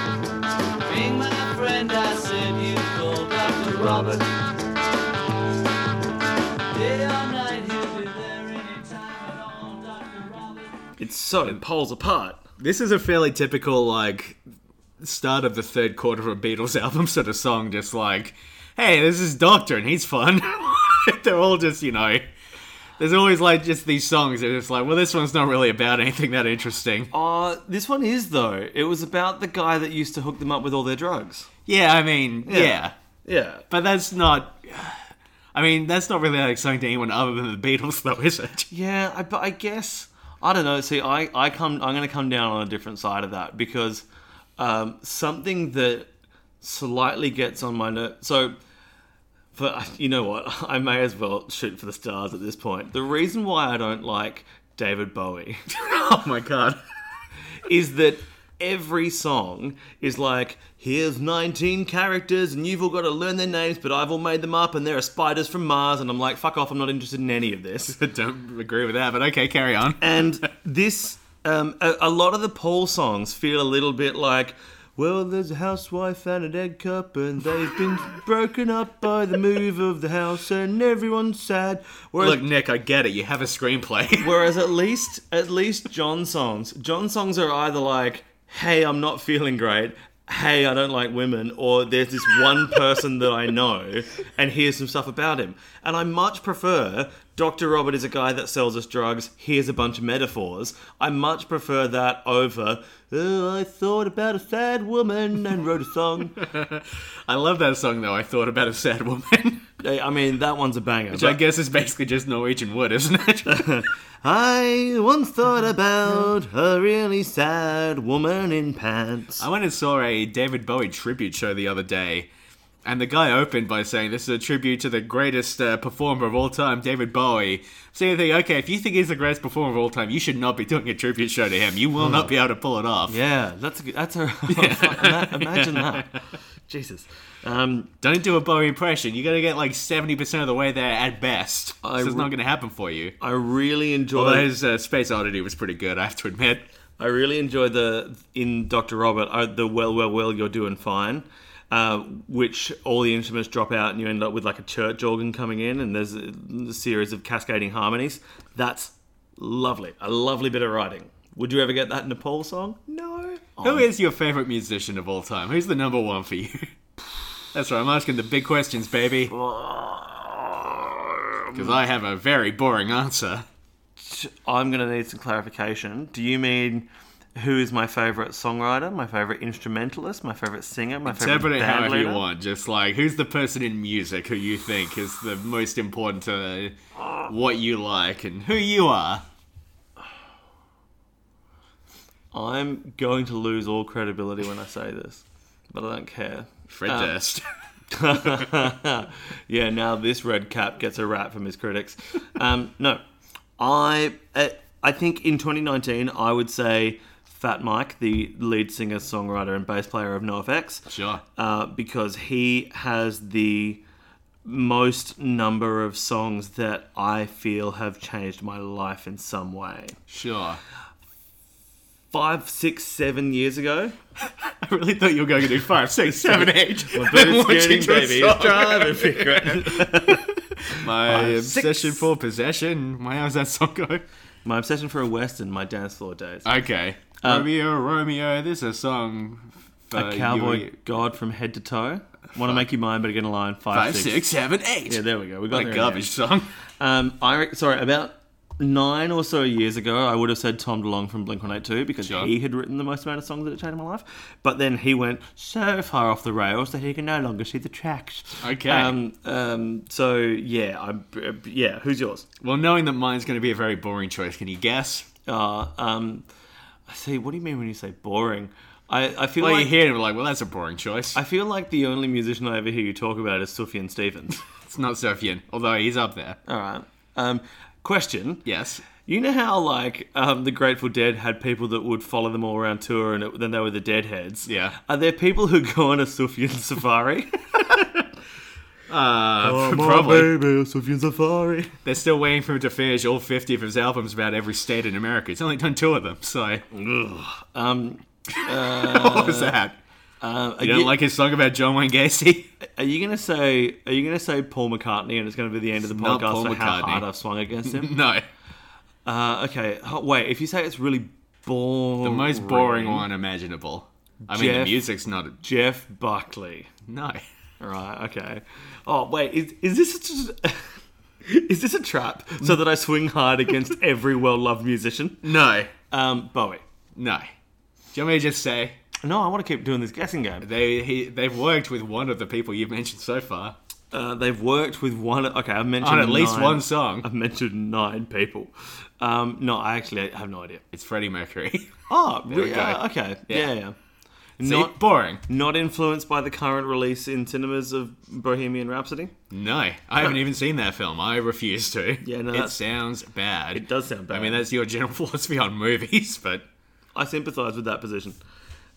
Being my friend, I said you called Dr. Robert. Day or night, he'll be there any time at all, Dr. Robert.
it's so poles apart.
This is a fairly typical, like, start of the third quarter of a Beatles album sort of song, just like, hey, this is Doctor and he's fun. They're all just, you know. There's always like just these songs that are just like, well, this one's not really about anything that interesting.
Uh, this one is though. It was about the guy that used to hook them up with all their drugs.
Yeah, I mean, yeah.
Yeah.
But that's not. I mean, that's not really like something to anyone other than the Beatles, though, is it?
Yeah, I, but I guess I don't know. See, I, I come I'm going to come down on a different side of that because um, something that slightly gets on my nerve. So, for you know what, I may as well shoot for the stars at this point. The reason why I don't like David Bowie
Oh my god.
is that every song is like, here's 19 characters and you've all got to learn their names, but I've all made them up and there are spiders from Mars, and I'm like, fuck off, I'm not interested in any of this.
I don't agree with that, but okay, carry on.
And this, um, a, a lot of the Paul songs feel a little bit like, well, there's a housewife and an egg cup, and they've been broken up by the move of the house, and everyone's sad. Whereas,
Look, Nick, I get it. You have a screenplay.
whereas at least, at least John songs, John songs are either like, hey, I'm not feeling great. Hey, I don't like women, or there's this one person that I know, and here's some stuff about him. And I much prefer Dr. Robert is a guy that sells us drugs. Here's a bunch of metaphors. I much prefer that over, oh, I thought about a sad woman and wrote a song.
I love that song, though. I thought about a sad woman,
I I mean, that one's a banger.
which I
but-
guess is basically just Norwegian wood, isn't it?
I once thought about a really sad woman in pants.
I went and saw a David Bowie tribute show the other day, and the guy opened by saying, "This is a tribute to the greatest uh, performer of all time, David Bowie." So you think, okay, if you think he's the greatest performer of all time, you should not be doing a tribute show to him. You will not be able to pull it off.
Yeah, that's a good, that's a ima- imagine that. Jesus. Um,
Don't do a Bowie impression. You got to get like seventy percent of the way there at best.
I
so it's
re-
not going to happen for you.
I really enjoy
Although his uh, Space Oddity was pretty good, I have to admit.
I really enjoy the in Doctor Robert uh, the well well well you're doing fine, uh, which all the instruments drop out and you end up with like a church organ coming in and there's a, a series of cascading harmonies. That's lovely, a lovely bit of writing. Would you ever get that in a Paul song? No.
Who is your favorite musician of all time? Who's the number one for you? That's right. I'm asking the big questions, baby. Because I have a very boring answer.
I'm going to need some clarification. Do you mean who is my favorite songwriter, my favorite instrumentalist, my favorite singer, my
Interpret
favorite
it
band
however
leader?
you want. Just like, who's the person in music who you think is the most important to what you like and who you are?
I'm going to lose all credibility when I say this, but I don't care.
Fred Durst.
yeah, now this red cap gets a rap from his critics. Um, no, I uh, I think in 2019 I would say Fat Mike, the lead singer, songwriter, and bass player of NoFX,
Sure.
uh, because he has the most number of songs that I feel have changed my life in some way.
Sure.
Five, six, seven years ago,
I really thought you were going to do five, six, seven, eight. Then
it's
launch
getting,
into a
baby,
song.
it's driving me
My
six.
obsession for possession. Why how's that song go?
my obsession for a western, my dance floor days.
Uh, Okay. Romeo, Romeo, this is a song. For
Uh, A cowboy
you-
god from head to toe. Want to make you mine, but get a line. Five,
Five, six, seven, eight.
Yeah, there we go. We got
What
there
a
in
garbage
the
song.
end. Um, I re- sorry about nine or so years ago, I would have said Tom DeLonge from Blink One Eight Two because
Sure.
he had written the most amount of songs that had changed my life. But then he went so far off the rails that he can no longer see the tracks.
Okay.
Um, um, so yeah, I uh, yeah. Who's yours?
Well, knowing that mine's going to be a very boring choice, can you guess?
Uh, um, I see. What do you mean when you say boring? I, I feel
Well, you
like
hear it, and we're like, well, that's a boring choice.
I feel like the only musician I ever hear you talk about is Sufjan Stevens. Oh.
It's not Sofian, although he's up there.
All right. Um, question:
Yes.
You know how like um, the Grateful Dead had people that would follow them all around tour, and it, then they were the Deadheads.
Yeah.
Are there people who go on a Sufjan safari?
Uh, probably.
baby, Sufjan safari.
They're still waiting for him to finish all 50 of his albums about every state in America. He's only done two of them, so.
Um,
what was that?
uh,
You don't like his song about John Wayne Gacy?
Are you gonna say? Are you gonna say Paul McCartney? And it's gonna be the end of the
not
podcast.
Paul
for how
McCartney.
hard I've swung against him.
no.
uh, okay, oh, wait. If you say it's really boring,
The most boring one imaginable. I mean, the
Jeff-
music's not.
Jeff Buckley.
No.
Right. Okay. Oh wait. Is is this a, is this a trap so that I swing hard against every well-loved musician?
No.
Um, Bowie.
No. Do you want me to just say
No, I want to keep doing this guessing game.
they he, they've worked with one of the people you've mentioned so far
Uh, they've worked with one. Okay, I've mentioned
on at least
nine-
one song?
I've mentioned nine people. Um, no, I actually have no idea.
It's Freddie Mercury.
Oh,
we
re-
go.
uh, okay. Yeah, yeah.
Yeah.
yeah.
Not
Not
boring.
not influenced by the current release in cinemas of Bohemian Rhapsody.
No, I haven't even seen that film. I refuse to.
Yeah, no,
it
that's-
sounds bad.
It does sound bad.
I mean, that's your general philosophy on movies, but
I sympathise with that position.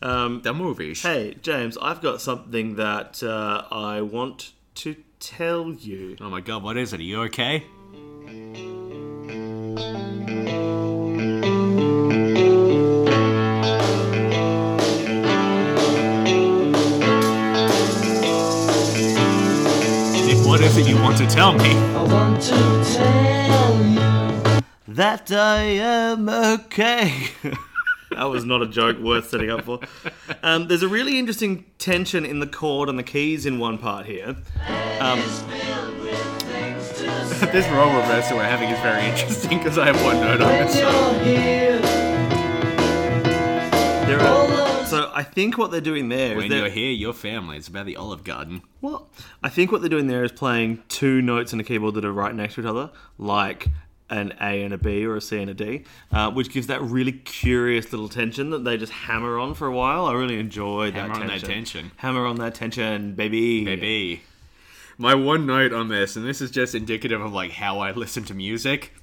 Um,
the movies.
Hey, James, I've got something that uh, I want to tell you.
Oh my god, what is it? Are you okay? What is it you want to tell me?
I want to tell you.
That I am okay. that was not a joke worth setting up for. Um, there's a really interesting tension in the chord and the keys in one part here.
This role reversal we're having is very interesting because I have one note on it. So.
There are, so I think what they're doing there is
When
they're-
you're here, your family. It's about the Olive Garden.
Well, I think what they're doing there is playing two notes on a keyboard that are right next to each other, like an A and a B or a C and a D, uh, which gives that really curious little tension that they just hammer on for a while. I really enjoyed
Hammer
that,
on
tension.
that tension.
Hammer on that tension, baby.
Maybe. My one note on this, and this is just indicative of like how I listen to music.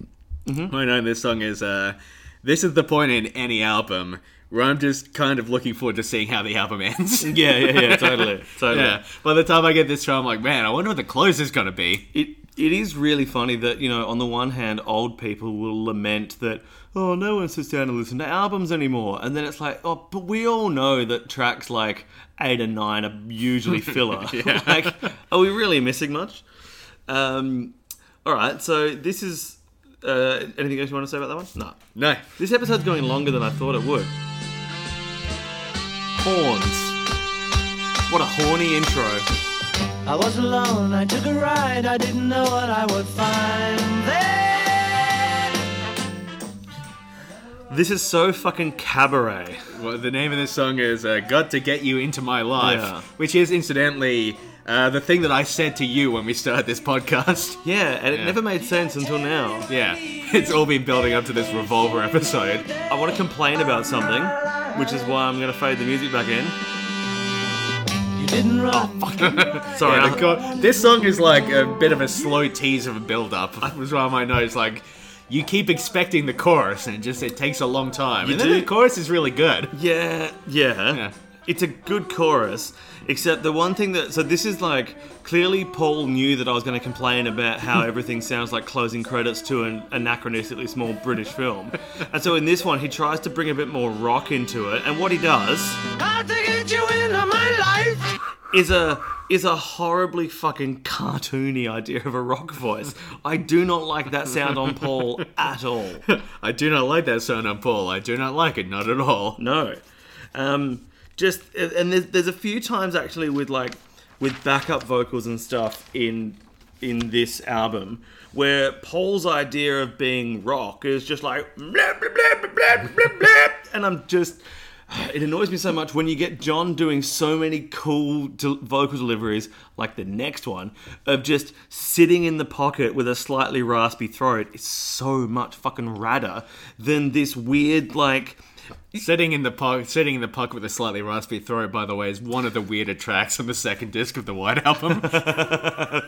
Mm-hmm.
My note on this song is uh this is the point in any album where I'm just kind of looking forward to seeing how the album ends.
Yeah, yeah, yeah, totally, totally.
yeah. By the time I get this far, I'm like, man, I wonder what the close is gonna be.
It it is really funny that you know on the one hand old people will lament that oh no one sits down and listens to albums anymore and then it's like oh but we all know that tracks like eight and nine are usually filler like are we really missing much um all right so this is uh, anything else you want to say about that one no
No.
this episode's going longer than I thought it would horns what a horny intro
I was alone, I took a ride, I didn't know what I would find there.
this is so fucking cabaret.
Well, the name of this song is uh, Got to Get You Into My Life,
Yeah.
which is incidentally uh, the thing that I said to you when we started this podcast.
Yeah, and it never made sense until now.
Yeah. It's all been building up to this Revolver episode.
I want to complain about something, which is why I'm going to fade the music back in.
You didn't run.
Sorry,
Yeah,
I-
the co- this song is like a bit of a slow tease of a build up. Was one of my notes. Like, you keep expecting the chorus, and it just it takes a long time.
You
and then
do?
the chorus is really good.
yeah, yeah,
Yeah.
It's a good chorus, except the one thing that. So, this is like. Clearly, Paul knew that I was going to complain about how everything sounds like closing credits to an anachronistically small British film. And so, in this one, he tries to bring a bit more rock into it, and what he does.
Got to get you into my life.
is a is a horribly fucking cartoony idea of a rock voice. I do not like that sound on Paul at all.
I do not like that song on Paul. I do not like it, not at all.
No, um, just and there's, there's a few times actually with like with backup vocals and stuff in in this album where Paul's idea of being rock is just like blah, blah, blah, blah, blah, blah, blah, and I'm just. It annoys me so much when you get John doing so many cool del- vocal deliveries, like the next one, of just sitting in the pocket with a slightly raspy throat. It's so much fucking radder than this weird, like,
Sitting in the pocket, sitting in the pocket with a slightly raspy throat. By the way, is one of the weirder tracks on the second disc of the White Album.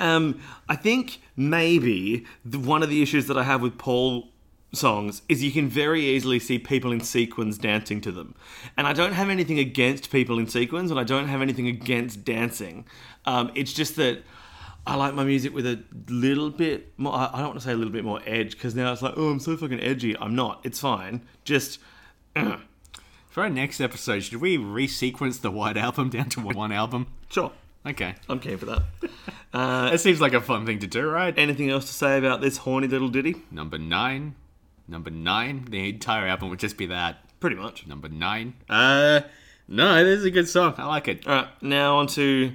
Um, I think maybe the, one of the issues that I have with Paul songs is you can very easily see people in sequins dancing to them. And I don't have anything against people in sequins, and I don't have anything against dancing. Um, it's just that I like my music with a little bit more, I I don't want to say a little bit more edge, because now it's like, oh, I'm so fucking edgy. I'm not. It's fine. Just.
For our next episode, should we resequence the White Album down to one album?
Sure.
Okay.
I'm keen for that. Uh,
That seems like a fun thing to do, right?
Anything else to say about this horny little ditty?
Number nine. Number nine. The entire album would just be that.
Pretty much.
Number nine. Uh, no, this is a good song. I like it.
All right, now on to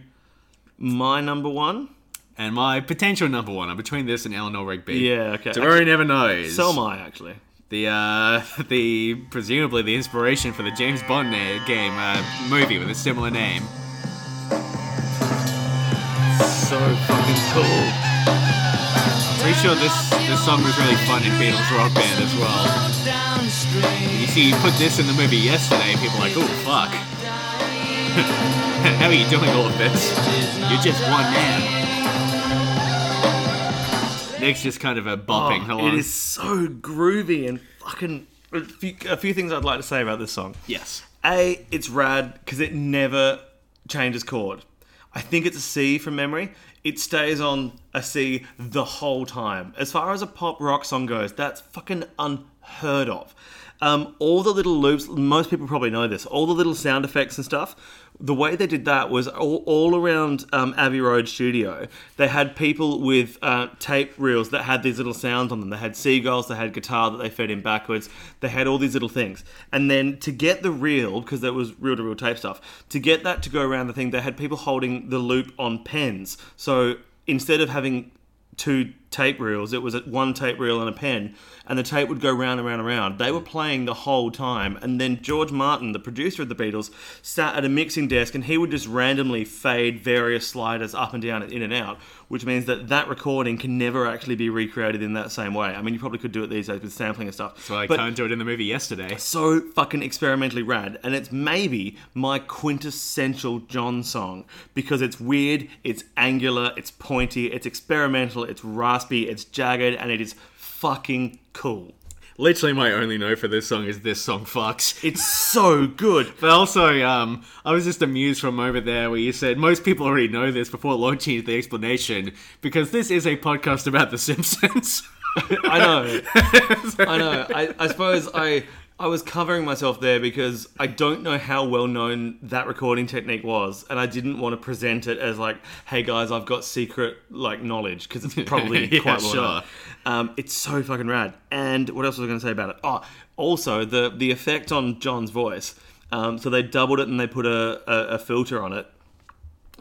my number one.
And my potential number one. I'm between this and Eleanor Rigby.
Yeah, okay.
Tamari never knows.
So am I, actually.
The uh, the presumably the inspiration for the James Bond na- game uh, movie with a similar name.
So fucking cool.
Pretty sure this this song was really fun in Beatles Rock Band as well. You see, you put this in the movie yesterday, and people are like, "Oh fuck, how are you doing all of this? You're just one man." Nick's just kind of a bopping
Oh,
along.
it is so groovy and fucking. A few, a few things I'd like to say about this song.
yes.
A, it's rad because it never changes chord. I think it's a C from memory. It stays on a C the whole time. As far as a pop rock song goes, that's fucking unheard of. Um, all the little loops, most people probably know this, all the little sound effects and stuff. The way they did that was all, all around um, Abbey Road Studio. They had people with uh, tape reels that had these little sounds on them. They had seagulls, they had guitar that they fed in backwards, they had all these little things. And then to get the reel, because there was reel to reel tape stuff, to get that to go around the thing, they had people holding the loop on pens. So instead of having two tape reels. It was at one tape reel and a pen, and the tape would go round and round and round. They were playing the whole time, and then George Martin, the producer of the Beatles, sat at a mixing desk, and he would just randomly fade various sliders up and down, in and out, which means that that recording can never actually be recreated in that same way. I mean, you probably could do it these days with sampling and stuff.
Well, I
but-
can't do it in the movie yesterday.
so fucking experimentally rad, and it's maybe my quintessential John song because it's weird, it's angular, it's pointy, it's experimental, it's raspy, it's jagged, and it is fucking cool.
Literally, my only note for this song is this song fucks.
It's so good.
But also, um, I was just amused from over there where you said most people already know this before launching into the explanation because this is a podcast about The Simpsons.
I know. I know. I, I suppose I I was covering myself there because I don't know how well known that recording technique was, and I didn't want to present it as like, "Hey guys, I've got secret like knowledge," because it's probably
Yeah,
quite well
sure.
known. Um, it's so fucking rad. And what else was I going to say about it? Oh, also the the effect on John's voice. Um, so they doubled it and they put a, a, a filter on it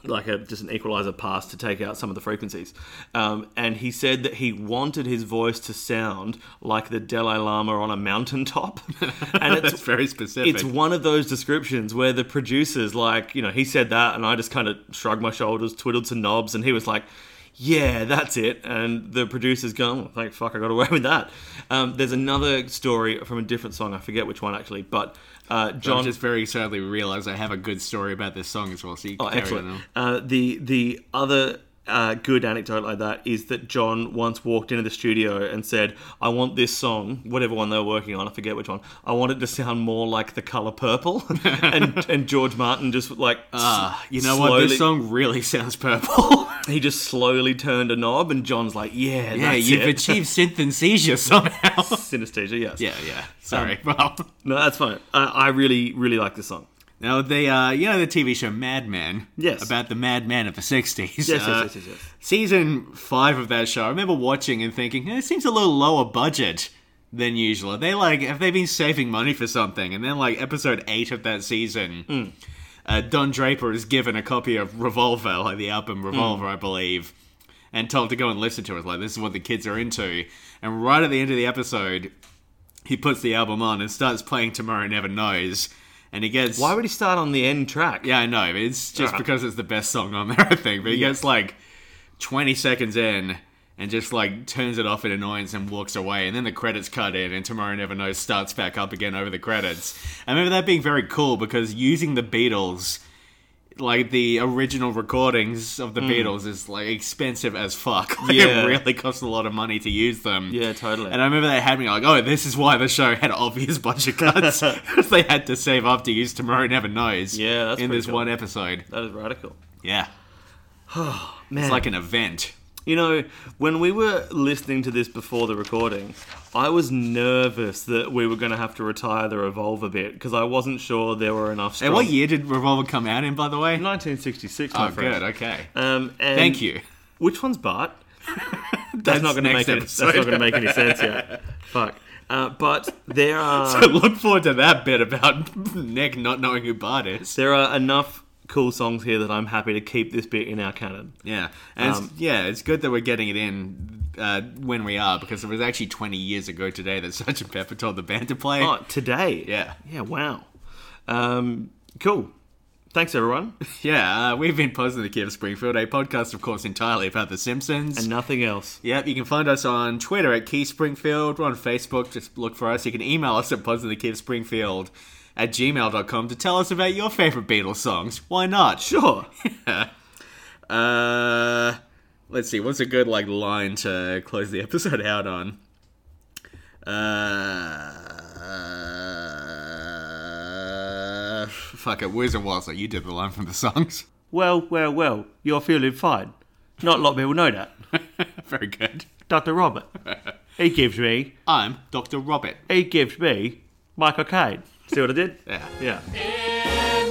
like a just an equalizer pass to take out some of the frequencies. Um, and he said that he wanted his voice to sound like the Dalai Lama on a mountaintop. And it's
That's very specific.
It's one of those descriptions where the producers, like, you know, he said that, and I just kind of shrugged my shoulders, twiddled some knobs, and he was like, yeah, that's it. And the producer's gone, well, thank fuck, I got away with that. Um, there's another story from a different song, I forget which one actually, but uh,
I'm
John.
just very sadly realized I have a good story about this song as well. So you
Oh,
carry
excellent.
on.
Uh, the the other uh, good anecdote like that is that John once walked into the studio and said, "I want this song, whatever one they were working on, I forget which one. I want it to sound more like the color purple." and and George Martin just like,
Ah,
s-
you know what?
slowly,
This song really sounds purple.
He just slowly turned a knob, and John's like, "Yeah,
yeah,
that's
you've
it."
achieved synesthesia somehow.
synesthesia." Yes.
yeah, yeah. Sorry,
Um,
Bob.
No, that's fine. I, I really really like this song.
Now they, uh, you know, the TV show Mad Men.
Yes.
About the madman of the sixties. Uh, Yes,
yes, yes, yes, yes.
Season five of that show, I remember watching and thinking, eh, it seems a little lower budget than usual. Are they like, have they been saving money for something? And then like episode eight of that season,
Hmm.
uh, Don Draper is given a copy of Revolver, like the
Hmm.
album Revolver, I believe, and told to go and listen to it. Like this is what the kids are into. And right at the end of the episode, he puts the album on and starts playing Tomorrow Never Knows. And he gets
Why would he start on the end track?
yeah, I know. It's just
Alright.
because it's the best song on there, I think. But he gets like 20 seconds in and just like turns it off in annoyance and walks away. And then the credits cut in, and Tomorrow Never Knows starts back up again over the credits. I remember that being very cool because using the Beatles like the original recordings of the Beatles is like expensive as fuck. Like,
Hmm. Yeah.
It really costs a lot of money to use them.
Yeah, totally.
And I remember they had me like, oh, this is why the show had obvious budget cuts. 'Cause they had to save up to use Tomorrow Never Knows.
Yeah, that's
in
pretty
this
cool.
one episode.
That is radical.
Yeah,
Man.
it's like an event.
You know, when we were listening to this before the recording, I was nervous that we were going to have to retire the revolver bit because I wasn't sure there were enough.
Hey,
Strong...
what year did Revolver come out in, by the way?
1966. My
oh,
friend.
good. Okay.
Um, and
Thank you.
Which one's Bart? That's, not going to make
next
any, that's not
episode.
going to make any sense yet. Fuck. Uh, but there are
So look forward to that bit about Nick not knowing who Bart is.
there are enough cool songs here that I'm happy to keep this bit in our canon.
Yeah, and
Um,
it's, yeah, it's good that we're getting it in uh, when we are because it was actually 20 years ago today that Sgt. Pepper told the band to play.
Oh, today.
Eh. Yeah,
Yeah. Wow. Um, cool. Thanks everyone,
yeah. Uh, we've been posting the Kid of Springfield, a podcast, of course, entirely about The Simpsons.
and nothing else.
Yep, you can find us on Twitter at Key Springfield. We're on Facebook, just look for us. You can email us at Springfield at gmail.com to tell us about your favourite Beatles songs. Why not? Sure. Uh, let's see, what's a good like line to close the episode out on? Uh, fuck it, Wiz and Walzer, you did the line from the songs.
Well, well, well. You're feeling fine. Not a lot of people know that.
Very good.
Dr. Robert. He gives me.
I'm Dr. Robert.
He gives me. Michael Caine. See what I did?
Yeah.
Yeah.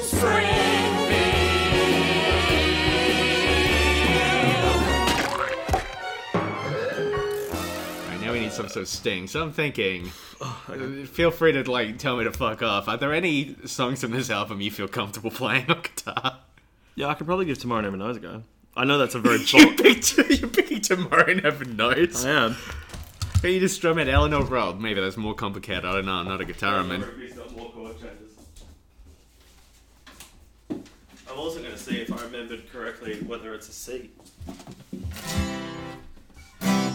Right, now we need some sort of sting. So I'm thinking, uh, feel free to like tell me to fuck off. Are there any songs from this album you feel comfortable playing on guitar?
Yeah, I could probably give Tomorrow Never Knows a go. I know that's a very
You
bold.
picked, you picked Tomorrow Never Knows.
I am.
Can you just strum it Eleanor Rob? Maybe that's more complicated. I don't know. I'm not a guitar man.
I'm also going to see if I remembered correctly whether it's a C.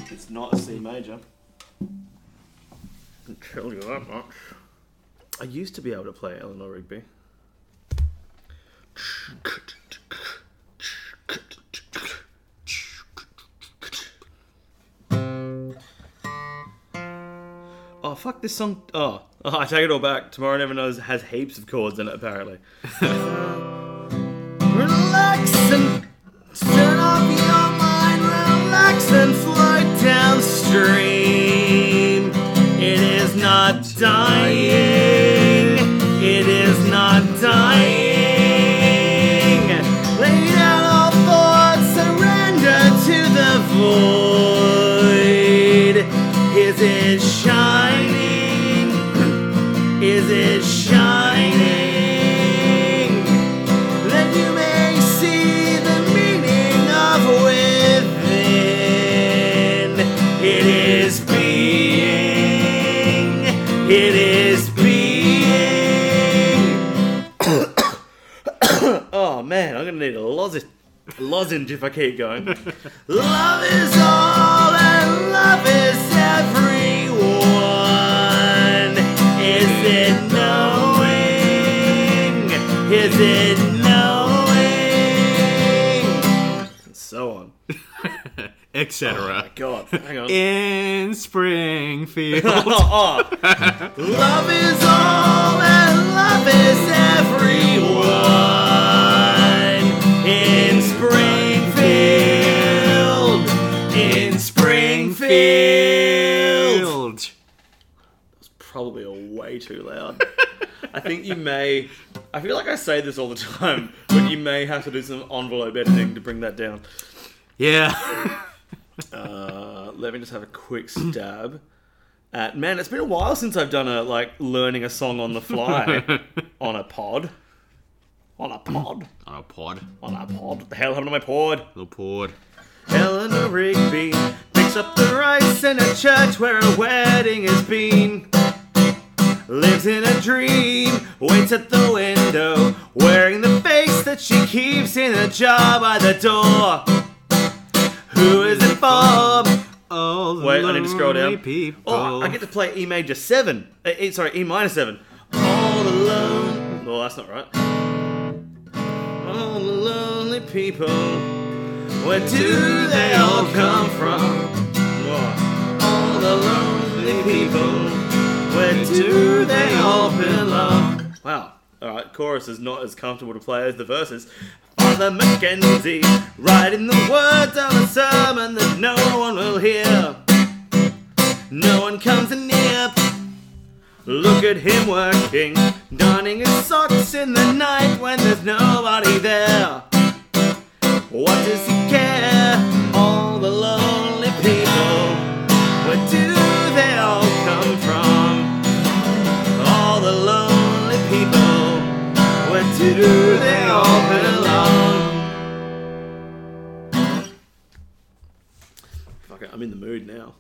It's not a C major. Can tell you that much. I used to be able to play Eleanor Rigby. Oh fuck this song! Oh, I take it all back. Tomorrow Never Knows has heaps of chords in it apparently. Relax and turn off your mind. Relax and float downstream. It is not dying. It is not dying. Lay down all thoughts, surrender to the void. Is it shining? Is it shining? then you may see the meaning of within. It is being. It is being. oh man, I'm gonna need a lozenge, lozenge if I keep going. love is all and love is everyone. Is it knowing? Is it knowing? And so on.
Etc.
Oh God, hang on.
In Springfield.
Oh, oh. love is all and love is everyone in Springfield. In Springfield.
Springfield.
Probably a way too loud. I think you may. I feel like I say this all the time, but you may have to do some envelope editing to bring that down.
Yeah.
Uh, let me just have a quick stab at man. It's been a while since I've done a like learning a song on the fly on a pod, on a pod,
On a pod.
on a pod. What the hell happened to my pod?
Little pod.
Eleanor Rigby picks up the rice in a church where a wedding has been. Lives in a dream, waits at the window, wearing the face that she keeps in a jar by the door. Who is it for?
Oh,
Wait, I need to scroll down.
People.
Oh, I get to play E major seven. Uh, E, sorry, E minor seven. All alone. Well, that's not right. all the lonely people. Where do they all come from? What? All the lonely people. Where do they all belong? Wow. Alright, chorus is not as comfortable to play as the verses. Father Mackenzie, writing the words of a sermon that no one will hear. No one comes near. Look at him working, donning his socks in the night when there's nobody there. What does he care? All the lonely people, where do they all come from? All the lonely people, where do they all belong? Fuck it, I'm in the mood now.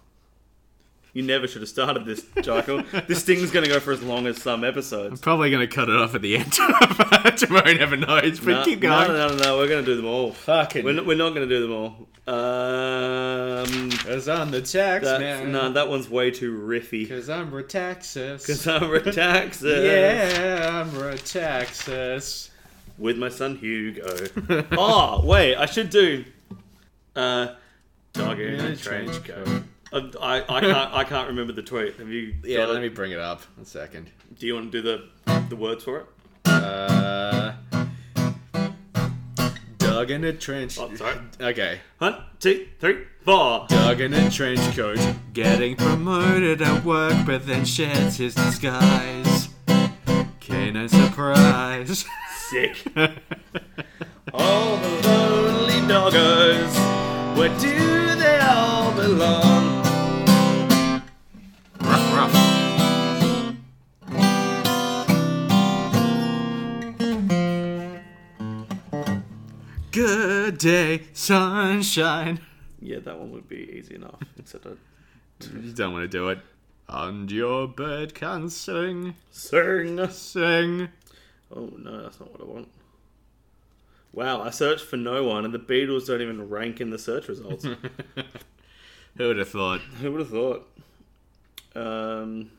You never should have started this, Jackal. this thing's gonna go for as long as some episodes.
Probably going to cut it off at the end. Tomorrow never knows, but
No,
keep going.
No, no, no, no, we're gonna do them all.
Fucking.
We're, not- we're not gonna do them all. Um,
Cause I'm the tax
that's, no, that one's way too riffy.
Cause I'm Retaxas.
Because I'm a taxi
yeah, I'm Retaxas.
with my son Hugo. oh, wait, I should do. Uh, dog in a trench coat. Uh, I, I can't I can't remember the tweet. Have you?
Yeah,
got
let me
it?
bring it up one second.
Do you want to do the the words for it?
Uh, dug in a trench.
Oh, sorry.
Okay.
One, two, three, four.
Dug in a trench coat, getting promoted at work, but then sheds his disguise. Canine surprise.
Sick. All
Oh.
the lonely doggos, where do they all belong?
Ruff, ruff. Good day, sunshine.
Yeah, that one would be easy enough. Except I
You don't want to do it. And your bird can sing,
sing.
sing.
Oh no, that's not what I want. Wow, I searched for no one, and the Beatles don't even rank in the search results.
Who would have thought?
Who would have thought? Um,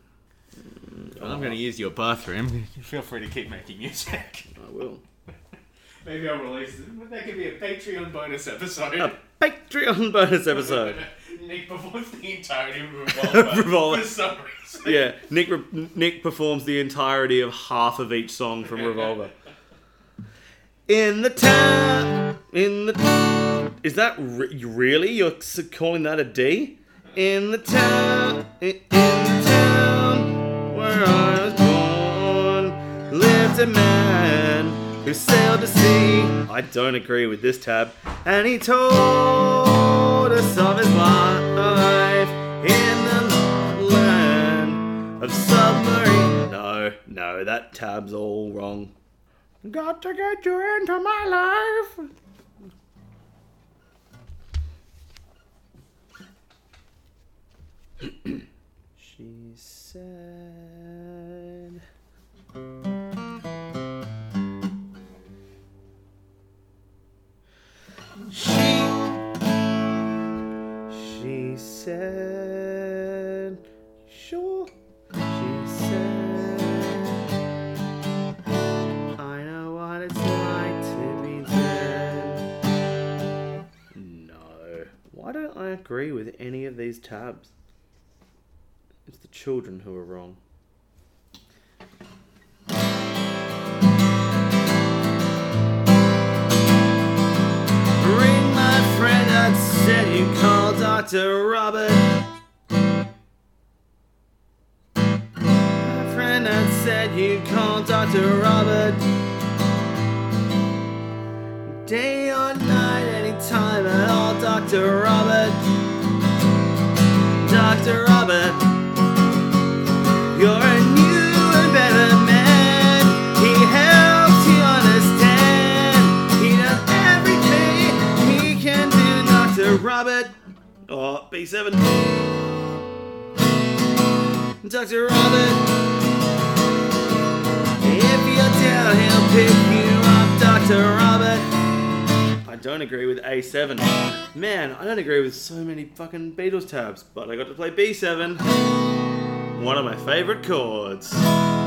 I'm going to use your bathroom. Feel free to keep making music.
I will.
Maybe I'll release it. That could be a Patreon bonus episode.
A Patreon bonus episode.
Nick performs the entirety of Revolver,
Revolver.
for some reason.
Yeah, Nick re- Nick performs the entirety of half of each song from Revolver. In the town, in the is that re- really you're s- calling that a D? In the town, in, in the town where I was born, lived a man who sailed to sea. I don't agree with this tab, and he told us of his life in the land of submarine. No, no, that tab's all wrong. Got to get you into my life. she said. She. She said. Sure. She said. I know what it's like to be dead. No. Why don't I agree with any of these tabs? It's the children who are wrong. Ring my friend that said you called Dr. Robert. My friend had said you called Dr. Robert. Day or night, anytime at all, Dr. Robert. Dr. Robert. You're a new and better man. He helps you understand. He does everything he can do, Dr. Robert. Oh, B7. Dr. Robert. If you're down, he'll pick you up, Dr. Robert. I don't agree with A7. Man, I don't agree with so many fucking Beatles tabs, but I got to play B7. One of my favorite chords.